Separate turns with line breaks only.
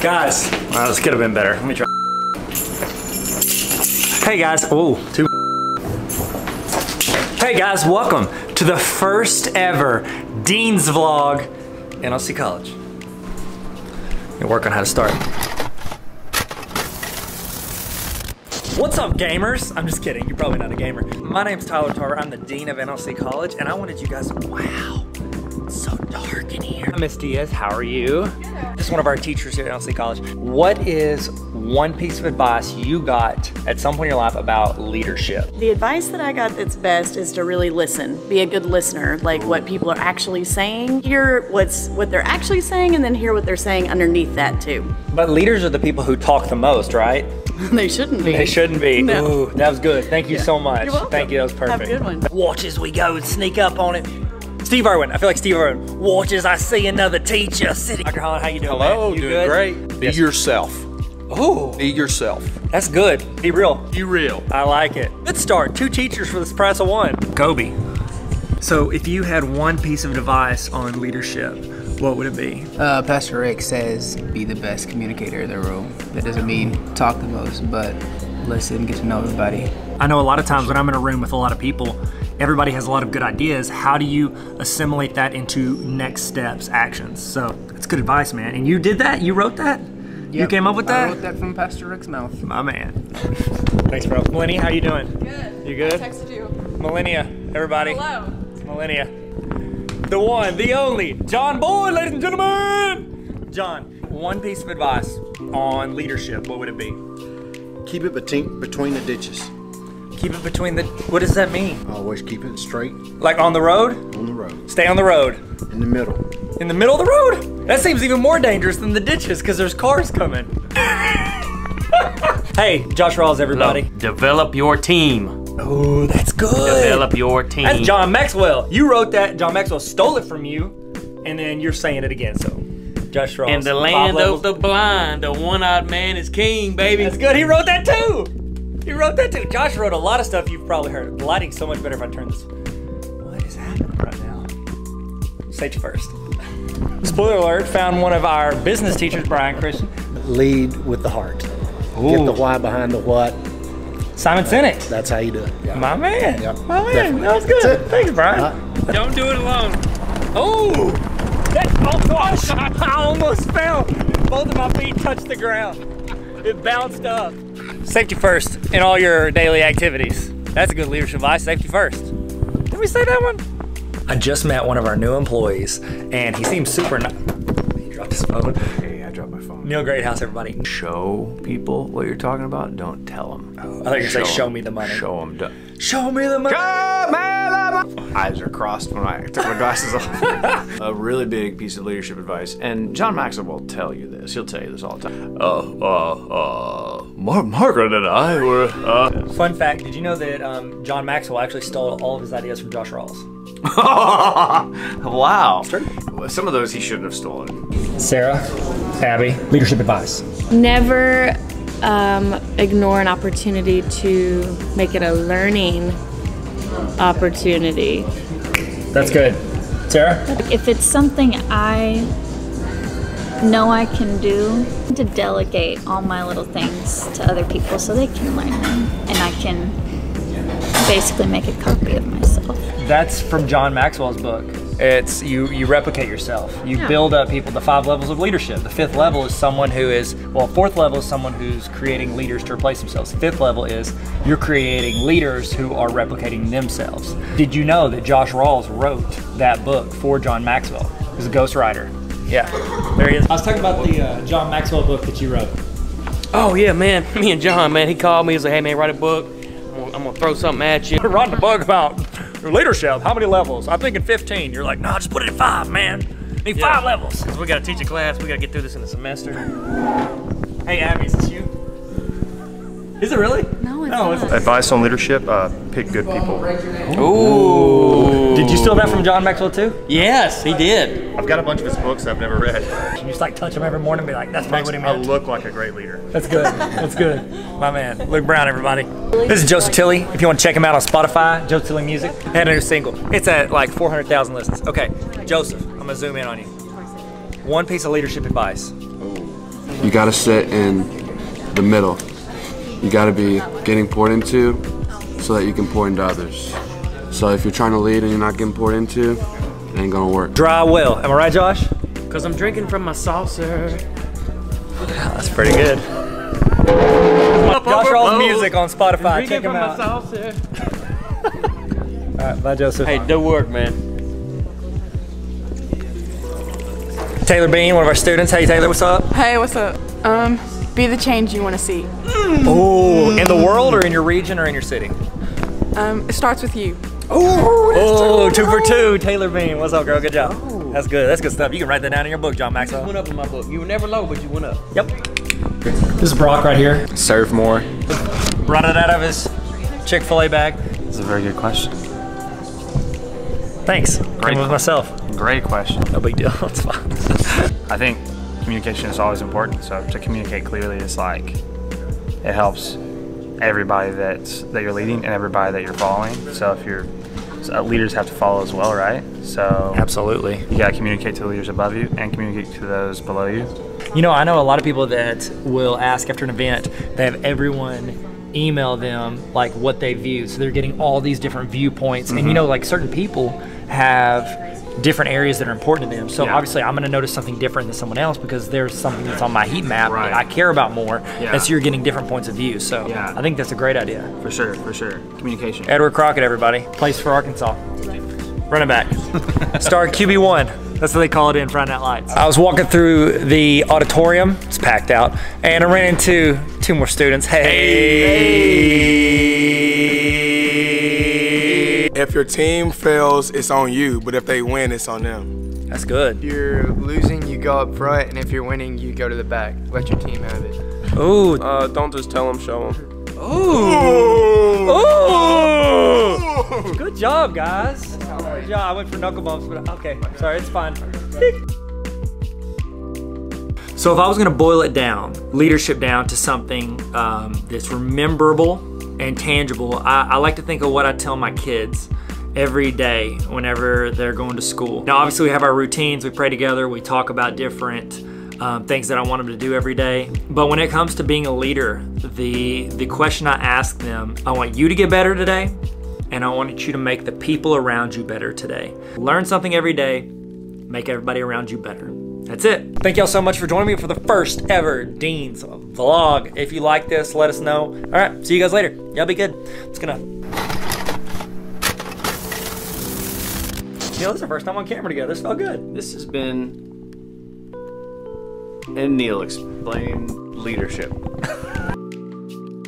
Guys, wow, this could have been better. Let me try. Hey guys, oh, two. Hey guys, welcome to the first ever Dean's Vlog NLC College. And work on how to start. What's up, gamers? I'm just kidding. You're probably not a gamer. My name's Tyler Tarver. I'm the Dean of NLC College, and I wanted you guys. Wow, it's so dark in here.
Miss Diaz, how are you?
This is one of our teachers here at NLC College. What is one piece of advice you got at some point in your life about leadership?
The advice that I got that's best is to really listen. Be a good listener, like what people are actually saying. Hear what's what they're actually saying and then hear what they're saying underneath that too.
But leaders are the people who talk the most, right?
they shouldn't be.
They shouldn't be.
No.
Ooh, that was good. Thank you so much.
You're welcome.
Thank you. That was
Have a
perfect.
good one.
Watch as we go and sneak up on it. Steve Irwin. I feel like Steve Irwin. Watch as I see another teacher sitting. Dr. Holland, how you doing?
Hello,
man? You
doing
good?
great. Be
Yes.
yourself.
Ooh,
Be yourself.
that's good. Be real.
Be real.
I like it. Good start. Two teachers for this price of one. Kobe.
So, if you had one piece of advice on leadership, what would it be?
Uh, Pastor Rick says, be the best communicator in the room. That doesn't mean talk the most, but listen, get to know everybody.
I know a lot of times when I'm in a room with a lot of people, everybody has a lot of good ideas. How do you assimilate that into next steps, actions? So, that's good advice, man. And you did that? You wrote that? You came up with that?
I wrote that from Pastor Rick's mouth.
My man.
Thanks, bro. Millennia, how you doing?
Good.
You good?
I texted you.
Millennia, everybody.
Hello.
Millennia. The one, the only, John Boyd, ladies and gentlemen. John, one piece of advice on leadership, what would it be?
Keep it between, between the ditches.
Keep it between the. What does that mean?
Always keep it straight
Like on the road?
on the road,
Stay on the road.
in the middle.
In the middle of the road? That seems even more dangerous than the ditches because there's cars coming. hey, Josh Rawls, everybody.
Develop your team.
Oh, that's good.
Develop your team.
That's John Maxwell. You wrote that. John Maxwell stole it from you, and then you're saying it again. So, Josh Rawls.
In the
five
land
levels-
of the blind, the one-eyed man is king, baby.
That's good. He wrote that too. He wrote that too. Josh wrote a lot of stuff you've probably heard. The lighting's so much better if I turn this. What is happening right now? Stage first. Spoiler alert, found one of our business teachers, Brian Christian.
Lead with the heart. Get the why behind the what.
Simon Sinek.
That's how you do it. Yeah.
My man.
Yep,
My man.
definitely.
That was good.
That's it.
Thanks, Brian.
Don't do it alone.
Oh! That, oh, oh, I almost fell. Both of my feet touched the ground. It bounced up. Safety first in all your daily activities. That's a good leadership advice. Safety first. Did we say that one? I just met one of our new employees, and he seems super nice. He dropped his phone.
Hey, I dropped my phone.
Neil Greathouse, everybody. Oh,
Show people what you're talking about. Don't tell them.
I thought you were saying, "Show me the money."
Show them. Do-
Show me the money.
Eyes are crossed when I took my glasses off. a really big piece of leadership advice, and John Maxwell will tell you this. He'll tell you this all the time. Oh, uh, uh, Mar- Margaret and I were. Uh,
Fun fact: Did you know that um, John Maxwell actually stole all of his ideas from Josh Rawls?
wow. Some of those he shouldn't have stolen.
Sarah, Abby, leadership advice.
never um, ignore an opportunity to make it a learning opportunity.
That's good. Sarah?
If it's something I know I can do, to delegate all my little things to other people so they can learn them and I can basically make a copy of myself.
That's from John Maxwell's book. It's you you replicate yourself. You build up people the five levels of leadership. The fifth level is someone who is well, fourth level is someone who's creating leaders to replace themselves. Fifth level is you're creating leaders who are replicating themselves. Did you know that Josh Rawls wrote that book for John Maxwell? He's a ghostwriter. Yeah. There he is. I was talking about the uh, John Maxwell book that you wrote.
Oh yeah, man. Me and John, man. He called me. He's like, "Hey, man, write a book. I'm gonna, I'm gonna throw something at you."
writing a book about leadership. How many levels? I'm thinking 15. You're like, no, just put it at five, man. Need
Yeah.
five levels.
We gotta teach a class. We gotta get through this in a semester.
Hey, Abby, is this you? Is it really?
No, it's
No, it's-
not.
Advice on leadership: uh, pick good people.
Ooh.
Did you steal that from John Maxwell too?
Yes, he did.
I've got a bunch of his books I've never read.
You just like touch him every morning and be like, that's probably what he
I
meant.
look like a great leader.
That's good. That's good. My man, Luke Brown, everybody. This is Joseph Tilly. If you want to check him out on Spotify, Joseph Tilly Music. And a new single. It's at like 400,000 listens. Okay, Joseph, I'm gonna zoom in on you. One piece of leadership advice.
You got to sit in the middle. You got to be getting poured into so that you can pour into others. So if you're trying to lead and you're not getting poured into, it ain't gonna work.
Dry well. Am I right, Josh?
Because I'm drinking from my saucer.
That's pretty good. Josh Rawls music on Spotify. Check him out. All right, bye, Joseph.
Hey, do work, man.
Taylor Bean, one of our students. Hey, Taylor, what's up?
Hey, what's up? Um, be the change you want to see.
Oh, in the world or in your region or in your city?
Um, it starts with you.
Oh, two for two. Taylor Bean, what's up, girl? Good job. That's good. That's good stuff. You can write that down in your book, John Maxwell.
Went up in my book. You were never low, but you went up.
Yep. This is Brock right here.
Serve more.
Brought it out of his Chick Fil A bag.
That's a very good question.
Thanks. Came with myself.
Great question.
No big deal. It's fine.
I think communication is always important. So to communicate clearly is like it helps everybody that's that you're leading and everybody that you're following. So if you're so leaders have to follow as well, right? So
absolutely,
you gotta communicate to the leaders above you and communicate to those below you.
You know, I know a lot of people that will ask after an event, they have everyone email them like what they view. So they're getting all these different viewpoints. And you
Mhm.
know, like certain people have different areas that are important to them. So
Yeah.
obviously I'm gonna notice something different than someone else because there's something that's on my heat map that I care about more.
Yeah.
That's you're getting different points of view. So I think that's a great idea.
For sure, for sure. Communication.
Edward Crockett, everybody. Plays for Arkansas. Running back. Star QB1. That's what they call it in Friday Night Lights. I was walking through the auditorium. It's packed out. And I ran into two more students. Hey.
If your team fails, it's on you, but if they win, it's on them.
That's good.
You're losing, you go up front, and if you're winning, you go to the back. Let your team have it.
Ooh.
Uh, don't just tell them, show them.
Ooh. Ooh. Good job, guys. Good job. I went for knuckle bumps, but okay. Sorry, it's fine. So if I was going to boil it down, leadership down to something um, that's rememberable and tangible, I, I like to think of what I tell my kids every day whenever they're going to school. Now, obviously, we have our routines. We pray together. We talk about different um, things that I want them to do every day. But when it comes to being a leader, the the question I ask them, I want you to get better today, and I want you to make the people around you better today. Learn something every day make everybody around you better. That's it. Thank y'all so much for joining me for the first ever Dean's vlog. If you like this, let us know. All right, see you guys later. Y'all be good. It's gonna. Yo, this is our first time on camera together. This felt good.
This has been and Neil explain leadership.